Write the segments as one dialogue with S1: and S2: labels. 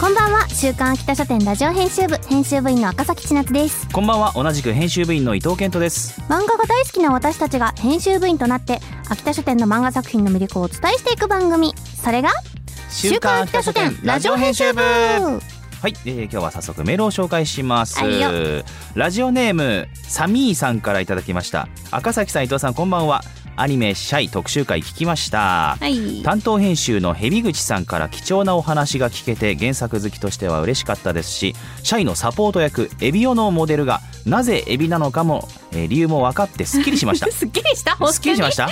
S1: こんばんは、週刊秋田書店ラジオ編集部編集部員の赤崎千夏です。
S2: こんばんは同じく編集部員の伊藤健人です
S1: 漫画が大好きな私たちが編集部員となって秋田書店の漫画作品の魅力をお伝えしていく番組それが
S2: 週刊秋田書店ラジオ編集部はい、えー、今日は早速メールを紹介します
S1: はいよ
S2: ラジオネームサミーさんからいただきました赤崎さん伊藤さんこんばんはアニメシャイ特集会聞きました
S1: はい
S2: 担当編集の蛇口さんから貴重なお話が聞けて原作好きとしては嬉しかったですしシャイのサポート役エビオのモデルがなぜエビなのかも、えー理由も分かってすっきりしました
S1: すっきりした
S2: すっきりしま した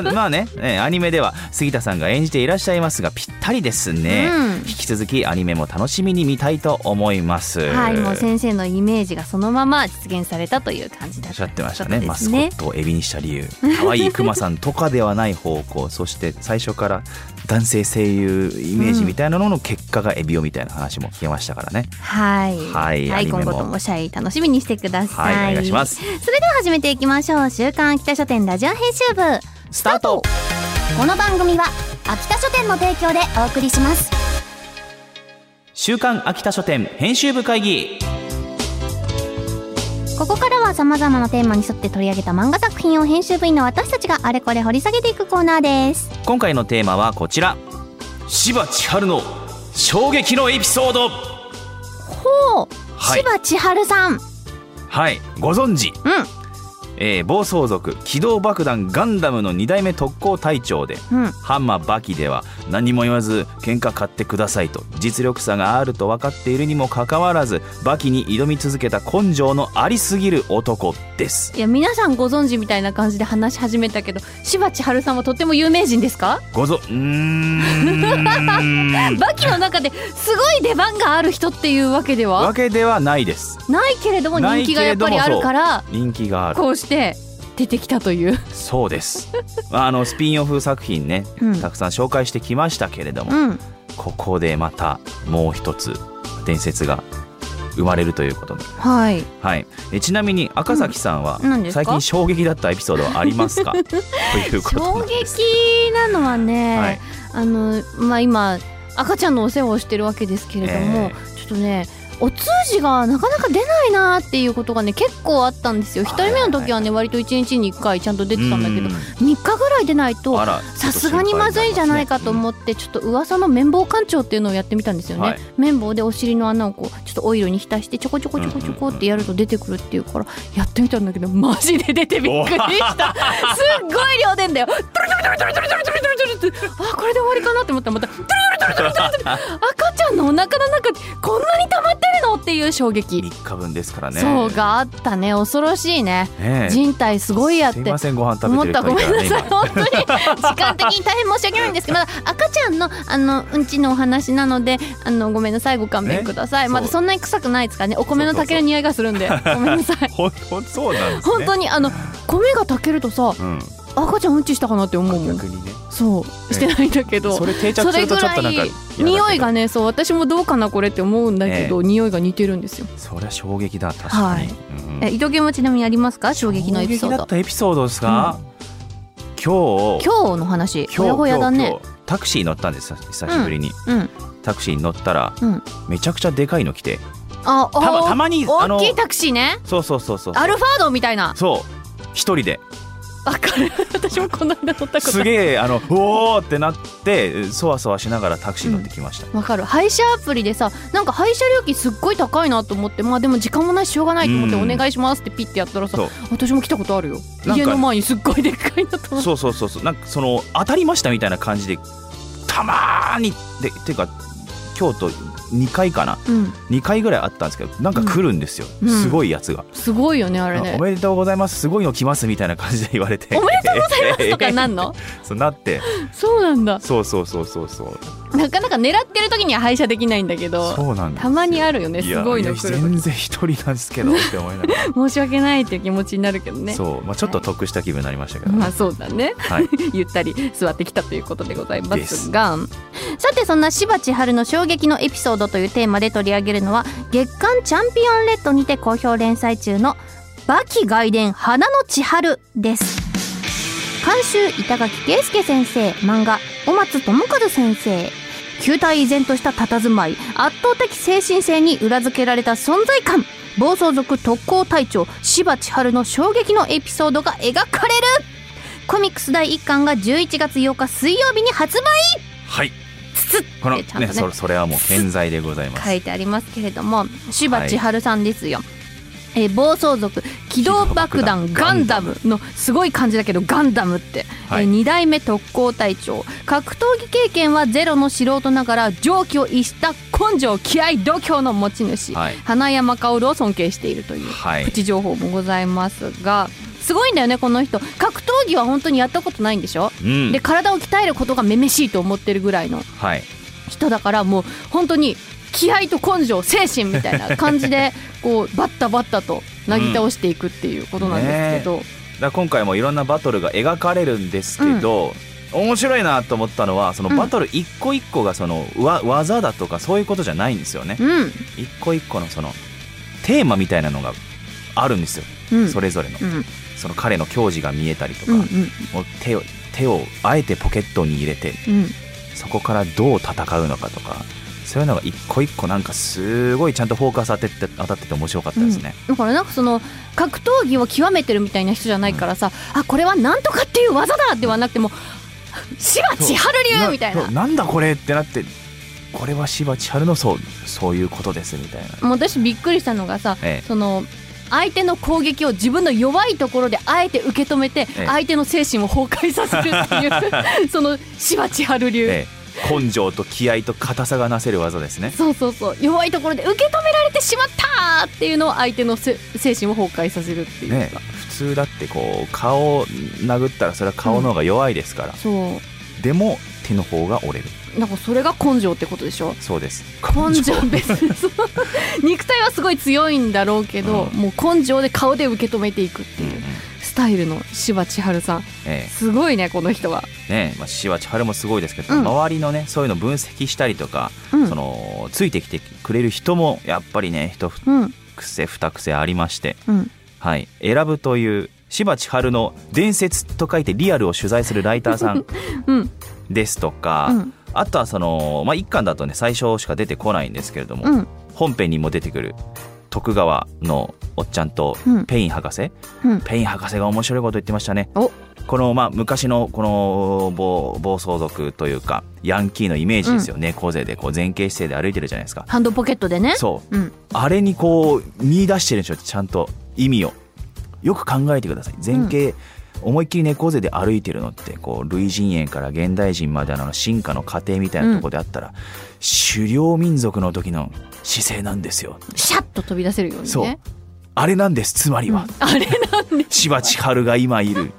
S2: ままあね、えーアニメでは杉田さんが演じていらっしゃいますがぴったりですね、
S1: うん
S2: 引き続きアニメも楽しみに見たいと思います
S1: はいもう
S2: お
S1: 先生のイメージがそのまま実現されたという感じだ
S2: っ
S1: っ
S2: しゃ
S1: た
S2: ってました
S1: そ
S2: ね
S1: うですね
S2: マスコットをエビにした理由可愛いクマさんとかではない方向 そして最初から男性声優イメージみたいなのの結果がエビオみたいな話も聞けましたからね、
S1: はい
S2: はいアニ
S1: 今
S2: メも
S1: 後ともシャイ楽しみにしてください、
S2: はいお願いします
S1: それでは始めていきましょう週刊秋田書店ラジオ編集部
S2: スタート
S1: この番組は秋田書店の提供でお送りします
S2: 週刊秋田書店編集部会議
S1: ここからは様々なテーマに沿って取り上げた漫画作品を編集部員の私たちがあれこれ掘り下げていくコーナーです。
S2: 今回のテーマはこちら柴千春の衝撃のエピソード
S1: ほう、
S2: はい
S1: 芝千春さん。うん。
S2: はいご存知、えー暴走族機動爆弾ガンダムの2代目特攻隊長で
S1: うん。
S2: ハンマーバキでは何も言わず喧嘩買ってくださいと実力差があると分かっているにもかかわらずバキに挑み続けた根性のありすぎる男です
S1: いや皆さんご存知みたいな感じで話し始めたけど、芝千春さんはとても有名人ですか？
S2: ごぞうー ん
S1: バキの中ですごい出番がある人っていうわけで
S2: わ
S1: は
S2: けではないです
S1: ないけれども人気がやっぱりあるから、
S2: 人気がある
S1: こうして出てきたという。
S2: そうですあのスピンオフ作品ね
S1: うん
S2: たくさん紹介してきましたけれども、
S1: うん。
S2: ここでまたもう一つ伝説が生まれるということで、
S1: はい。
S2: はい、えちなみに赤崎さんは
S1: うん何ですか
S2: 最近衝撃だったエピソードはあります かということ
S1: 衝
S2: なんです
S1: 撃なのはね、
S2: はい
S1: あのまあ今赤ちゃんのお世話をしてるわけですけれども、
S2: え
S1: ちょっとねお通じがなかなか出ないなっていうことがね結構あったんですよ一
S2: はい
S1: 人目の時はね割と1日に1回ちゃんと出てたんだけど3日ぐらい出ない
S2: うんあ
S1: と
S2: ら
S1: さすがにまずいんじゃないかと思
S2: っ
S1: ってちょっと噂の綿棒館長っていうのをやってみたんですよね、
S2: はい
S1: 綿棒でお尻の穴をこうちょっとオイルに浸してちょこちょこちょこちょこってやると出てくるっていうからやってみたんだけどマジで出てびっくりしたすっごい量出んだよトゥルトゥルトゥルトゥルトゥルトゥルトゥルトゥルってあこれで終わりかなって思ったらまたトゥルトゥルトゥルトゥルトゥルトゥル赤ちゃんのお腹の中でこんなに溜まってるのっていう衝撃、
S2: 3日分ですからね
S1: そうがあったね恐ろしいね
S2: ねえ
S1: 人体すごいやっ
S2: すい
S1: て
S2: ませんご飯食
S1: 思っ
S2: べて
S1: た
S2: る人
S1: ご
S2: い
S1: めんな
S2: たらね
S1: さい
S2: 今
S1: 本当に時間的に大変申し訳ないんですけどまだ赤ちゃんのあのうんちのお話なのであのごめんなさいご勘弁ください、
S2: ね
S1: まだ
S2: そう
S1: そんなに臭くないですからねお米の炊ける匂いがするんでごめんなさい
S2: ほんほんそうなんですね
S1: 本当にあの米が炊けるとさ
S2: うん
S1: 赤ちゃんうんちしたかなって思うもん
S2: 逆にね
S1: そう
S2: え
S1: してないんだけど
S2: それ定着するとちょっとなん
S1: そ
S2: か
S1: れぐらい匂いがねそう私もどうかなこれって思うんだけど、匂いが似てるんですよ
S2: そりゃ衝撃だ確かに、
S1: は
S2: うん
S1: え伊藤家もちなみにありますか衝撃のエピソー
S2: 衝撃だ
S1: ド
S2: ったエピソードですか、今日
S1: 今日の話
S2: 今
S1: ほ
S2: 日
S1: やほやだね
S2: 今日今日タクシー乗ったんです久しぶりに、
S1: うん
S2: タクシーに乗ったら
S1: うん
S2: めちゃくちゃでかいの来て
S1: あ
S2: たま
S1: あ
S2: たまにあ
S1: 大
S2: の
S1: きいタクシーね
S2: そうそうそうそう
S1: アルファードみたいな
S2: そう一人で
S1: わか る私もこの間乗ったこと
S2: す
S1: ある
S2: げえあのうおーってなってそわそわしながらタクシー乗ってきました、
S1: わかる配車アプリでさなんか配車料金すっごい高いなと思ってまあでも時間もないししょうがないと思って
S2: う
S1: お
S2: ん
S1: 願いしますってピッてやったらさ
S2: そう
S1: 私も来たことあるよ
S2: なんか
S1: 家の前にすっごいでっかいなと思って
S2: そうそうそうそうなんかその当たりましたみたいな感じでたまーにでていうか京都2回かな
S1: うん
S2: 2回ぐらいあったんですけどなんか来るんですよ、
S1: うん
S2: すごいやつが、
S1: すごいよねあれ
S2: あお
S1: ね
S2: めでとうございますすごいの来ますみたいな感じで言われて
S1: おめでとうございますとかなんの
S2: そうなって
S1: そうなんだ
S2: そうそうそうそうそう
S1: なかなか狙ってる時には廃車できないんだけど
S2: そうなんです
S1: たまにあるよね
S2: い
S1: す
S2: や
S1: ごいの
S2: や
S1: 来る
S2: 全然一人なんですけどって思いながら、
S1: 申し訳ないっていう気持ちになるけど ね
S2: そう、まあ、ちょっと得した気分になりましたけど、ね
S1: まあそうだね
S2: はい、
S1: ゆったり座ってきたということでございますがさてそんな柴千春の衝撃のエピソードというテーマで取り上げるのは月刊チャンピオンレッドにて好評連載中のバキ外伝花の千春です監修板垣圭介先生漫画小松智和先生球体依然とした佇まい圧倒的精神性に裏付けられた存在感暴走族特攻隊長柴千春の衝撃のエピソードが描かれるコミックス第1巻が11月8日水曜日に発売
S2: はい、
S1: つつって
S2: この
S1: ちゃんと
S2: ね
S1: ね
S2: そそれはもう健在でございます、
S1: 書いてありますけれども柴千春さんですよ、えー暴走族機動爆弾
S2: 機動爆弾
S1: ガンダムのすごい感じだけどガンダムって、
S2: はい
S1: え2代目特攻隊長格闘技経験はゼロの素人ながら常軌を逸した根性気合度胸の持ち主、
S2: はい
S1: 花山薫を尊敬しているという
S2: はい
S1: プチ情報もございますがすごいんだよねこの人格闘技は本当にやったことないんでしょ
S2: うん
S1: で体を鍛えることがめめしいと思ってるぐらいの
S2: はい、
S1: 人だからもう本当に気合と根性精神みたいな感じでこうバッタバッタとなぎ倒していくっていうことなんですけど、
S2: だから今回もいろんなバトルが描かれるんですけど、面白いなと思ったのはその
S1: うん
S2: バトル一個一個がそのわ技だとかそういうことじゃないんですよね一個一個のそのテーマみたいなのがあるんですよ、
S1: うんうん
S2: それぞれの
S1: うん
S2: その彼の矜持が見えたりとか、
S1: うんうん
S2: もう手を手をあえてポケットに入れて
S1: うん
S2: そこからどう戦うのかとかそういうのが一個一個なんかすごいちゃんとフォーカス当てて当たってて面白かったですね、
S1: だからなんかその格闘技を極めてるみたいな人じゃないからさ、あこれはなんとかっていう技だではなくても「柴千春流」みたいな
S2: そうなんだこれってなってこれは柴千春のそうそういうことですみたいな
S1: もう私びっくりしたのがさ、
S2: ええ
S1: その相手の攻撃を自分の弱いところであえて受け止めて、
S2: ええ
S1: 相手の精神を崩壊させるって いうその柴千春流、
S2: ええ根性と気合と硬さがなせる技ですね
S1: そうそうそう弱いところで受け止められてしまったっていうのを相手のせ精神を崩壊させるっていうか、
S2: ね普通だってこう顔を殴ったらそれは顔の方が弱いですから、
S1: そ
S2: でも手の方が折れる
S1: うなんかそれが根性ってことでしょ
S2: そうです
S1: 根性別にそう肉体はすごい強いんだろうけど、
S2: うん
S1: もう根性で顔で受け止めていくって
S2: うんうん
S1: いうスタイルの柴千春さん
S2: え
S1: すごいねこの人は。
S2: えねえまあ、柴千春もすごいですけど、
S1: うん
S2: 周りのねそういうの分析したりとか、
S1: うん
S2: そのついてきてくれる人もやっぱりね一
S1: うん
S2: 癖二癖ありまして
S1: うん
S2: はい、選ぶという柴千春の伝説と書いてリアルを取材するライター さん
S1: うん
S2: ですとか、
S1: うん
S2: あとはその、まあ、一巻だとね最初しか出てこないんですけれども、
S1: うん
S2: 本編にも出てくる徳川のおっちゃんと
S1: うん
S2: ペイン博士、
S1: うん
S2: ペイン博士が面白いこと言ってましたね
S1: お
S2: この、まあ、昔のこの暴暴走族というかヤンキーのイメージですよ、猫背でこう前傾姿勢で歩いてるじゃないですか
S1: ハンドポケットでね
S2: そう
S1: うん
S2: あれにこう見出してるんでしょちゃんと意味をよく考えてください前傾、思いっきり猫背で歩いてるのってこう類人猿から現代人までの進化の過程みたいなところであったら、狩猟民族の時の姿勢なんですよ
S1: シャッと飛び出せるようにね
S2: そうあれなんですつまりは、
S1: あ れなんで
S2: 柴千春が今いる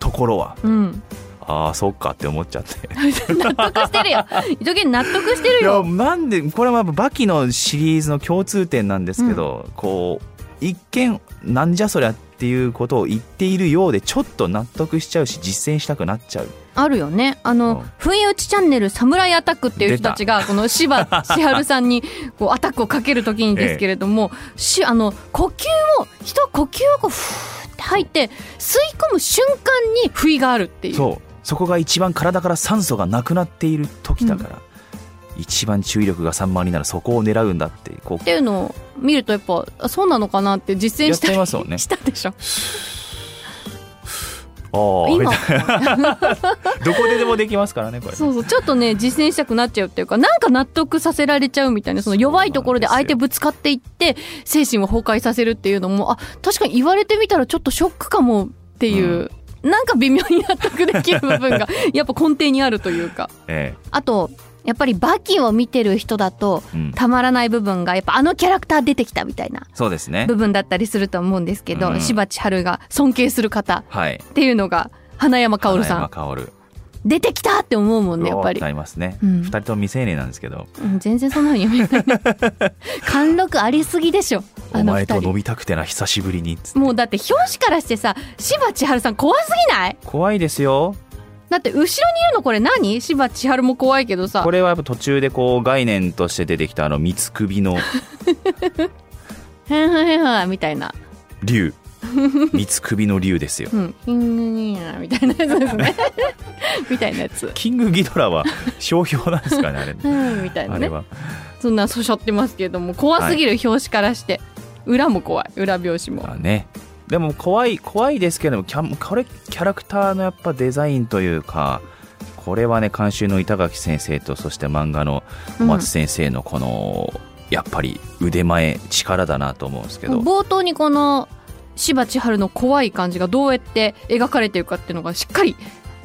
S2: ところは
S1: うん
S2: ああそっかって思っちゃって
S1: 納得してるよ伊藤健納得してる
S2: いや
S1: よ
S2: なんでこれはやっぱバキのシリーズの共通点なんですけど、こう一見なんじゃそりゃっていうことを言っているようでちょっと納得しちゃうし実践したくなっちゃう
S1: あるよねあ
S2: う
S1: の
S2: ん
S1: 「不意打ちチャンネルサムライアタック」っていう人たちがこの 柴千春さんにこうアタックをかけるときにですけれども、しあの呼吸を人は呼吸をこうふーって吐いて吸い込む瞬間に不意があるっていう
S2: そうそこが一番体から酸素がなくなっている時だから、一番注意力が散漫になるそこを狙うんだってこ
S1: っていうのを見るとやっぱあそうなのかなって実践したり
S2: やってますよね
S1: したでしょ
S2: うああみ
S1: 今
S2: たいなどこででもできますからねこれ
S1: そうそうちょっとね実践したくなっちゃうっていうかなんか納得させられちゃうみたいなその弱いところで相手ぶつかっていって精神を崩壊させるっていうのもあ確かに言われてみたらちょっとショックかもっていう、なんか微妙に納得できる部分 がやっぱ根底にあるというか
S2: え
S1: あとやっぱりバキを見てる人だと
S2: えうん、
S1: たまらない部分がやっぱあのキャラクター出てきたみたいな
S2: そうですね
S1: 部分だったりすると思うんですけど、
S2: うん
S1: 柴千春が尊敬する方
S2: はい
S1: っていうのが花山薫さん
S2: 花山薫
S1: 出てきたって思うもんねやっぱり
S2: なりますね、
S1: う
S2: 二
S1: ん
S2: 2人とも未成年なんですけど
S1: うん全然そんなふうに見えない貫禄ありすぎでしょ
S2: 「
S1: あ
S2: お
S1: の
S2: 前
S1: 二
S2: と飲
S1: 人
S2: みたくてな久しぶりに」つって
S1: もうだって表紙からしてさ柴千春さん怖すぎない
S2: 怖いですよ
S1: だって後ろにいるのこれ何柴千春も怖いけどさ
S2: これはやっぱ途中でこう概念として出てきたあの三つ首の
S1: へんへんへんへんみたいな
S2: 竜三つ首の竜ですよ
S1: うんひんやみたいなやつですねみたいなやつ
S2: キングギドラは商標なんですかねあれ
S1: うんみたいな
S2: あ
S1: ね
S2: れは
S1: そんなそしょってますけれども怖すぎる表紙からして、裏も怖い裏表紙も
S2: まあねでも怖い怖いですけどもキャこれキャラクターのやっぱデザインというかこれはね監修の板垣先生とそして漫画の松先生のこの、やっぱり腕前力だなと思うんですけど、
S1: 冒頭にこの柴千春の怖い感じがどうやって描かれてるかっていうのがしっかり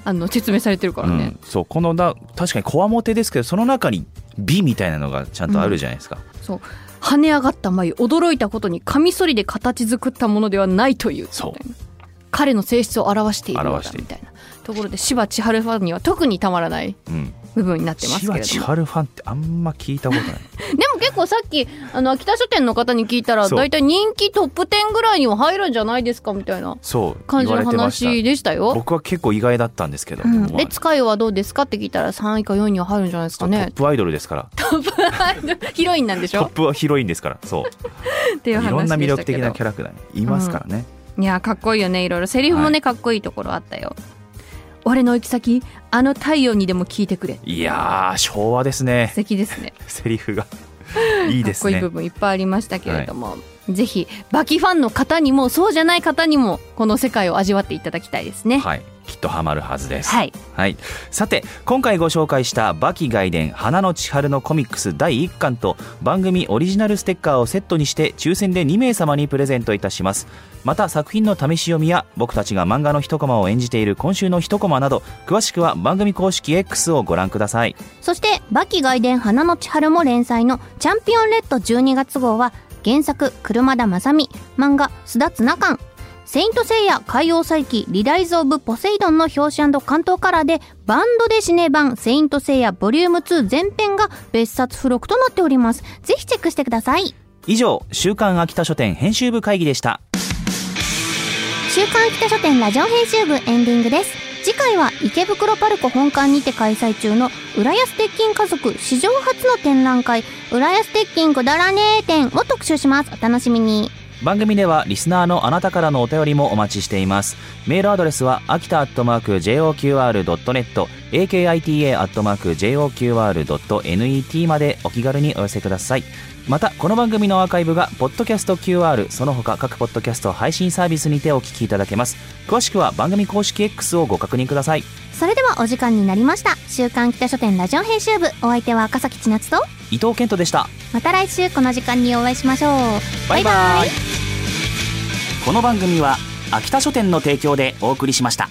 S1: あの説明されてるからね、
S2: うんそうこのな確かにこわもてですけどその中に美みたいなのがちゃんとあるじゃないですか、
S1: そう跳ね上がった眉驚いたことにカミソリで形作ったものではないという
S2: そう
S1: みたいな彼の性質を表しているのだ
S2: 表してい
S1: み
S2: る
S1: たいなところで柴千春ファンには特にたまらない
S2: うん、
S1: 部分になってますけ
S2: 千
S1: れ
S2: 葉
S1: ど
S2: 千
S1: も
S2: 春ファンってあんま聞いたことない
S1: でも結構さっきあの秋田書店の方に聞いたら
S2: そう
S1: 大体人気トップ10ぐらいには入るんじゃないですかみたいな
S2: そう
S1: 感じ
S2: 言わ
S1: の
S2: れてました
S1: 話でしたよ。
S2: 僕は結構意外だったんですけど、
S1: うん
S2: まあ
S1: で使いはどうですかって聞いたら3位か4位には入るんじゃないです
S2: そ
S1: か
S2: うト
S1: ね
S2: ッ。プアイドルで すから
S1: ヒロインなんでし
S2: トッ
S1: ょ
S2: プは広いんですからそう
S1: ってい
S2: いう
S1: 話でしたけど。
S2: ろんな魅力的なキャラクターいますからね、
S1: いやかっこいいよねいろいろセリフもね、
S2: は
S1: かっこいいところあったよ。俺の行き先あの太陽にでも聞いてくれ。
S2: いやー昭和ですね
S1: 素敵ですね。
S2: セリ フがいい
S1: か
S2: で
S1: っ
S2: す
S1: こいい
S2: ね
S1: 部分いっぱいありましたけれども、ぜひバキファンの方にもそうじゃない方にもこの世界を味わっていただきたいですね。
S2: はいきっとハマるはずです、
S1: はい。
S2: はい、さて今回ご紹介した「バキ外伝花の千春」のコミックス第1巻と番組オリジナルステッカーをセットにして抽選で2名様にプレゼントいたしますまた作品の試し読みや僕たちが漫画の一コマを演じている今週の一コマなど詳しくは番組公式 X をご覧ください
S3: そして「バキ外伝花の千春」も連載の「チャンピオンレッド」12月号は原作車田正美漫画「須田綱館」「セイント・セイヤ海洋再起リライズ・オブ・ポセイドン」の表紙関東カラーでバンドでシネ版「セイント・セイヤボリューム2全編が別冊付録となっておりますぜひチェックしてください
S2: 以上週刊秋田書店編集部会議でした
S3: 週刊北書店ラジオ編集部エンディングです次回は池袋パルコ本館にて開催中の浦安鉄筋家族史上初の展覧会浦安鉄筋くだらねえ展を特集しますお楽しみに
S2: 番組ではリスナーのあなたからのお便りもお待ちしていますメールアドレスは秋田アットマーク JOQR.net akita アットマーク JOQR.net までお気軽にお寄せくださいまたこの番組のアーカイブがポッドキャスト QR その他各ポッドキャスト配信サービスにてお聞きいただけます詳しくは番組公式 X をご確認ください
S3: それではお時間になりました週刊北書店ラジオ編集部お相手は赤崎千夏と
S2: 伊藤健人でした
S3: また来週この時間にお会いしましょう
S2: バイバイこの番組は秋田書店の提供でお送りしました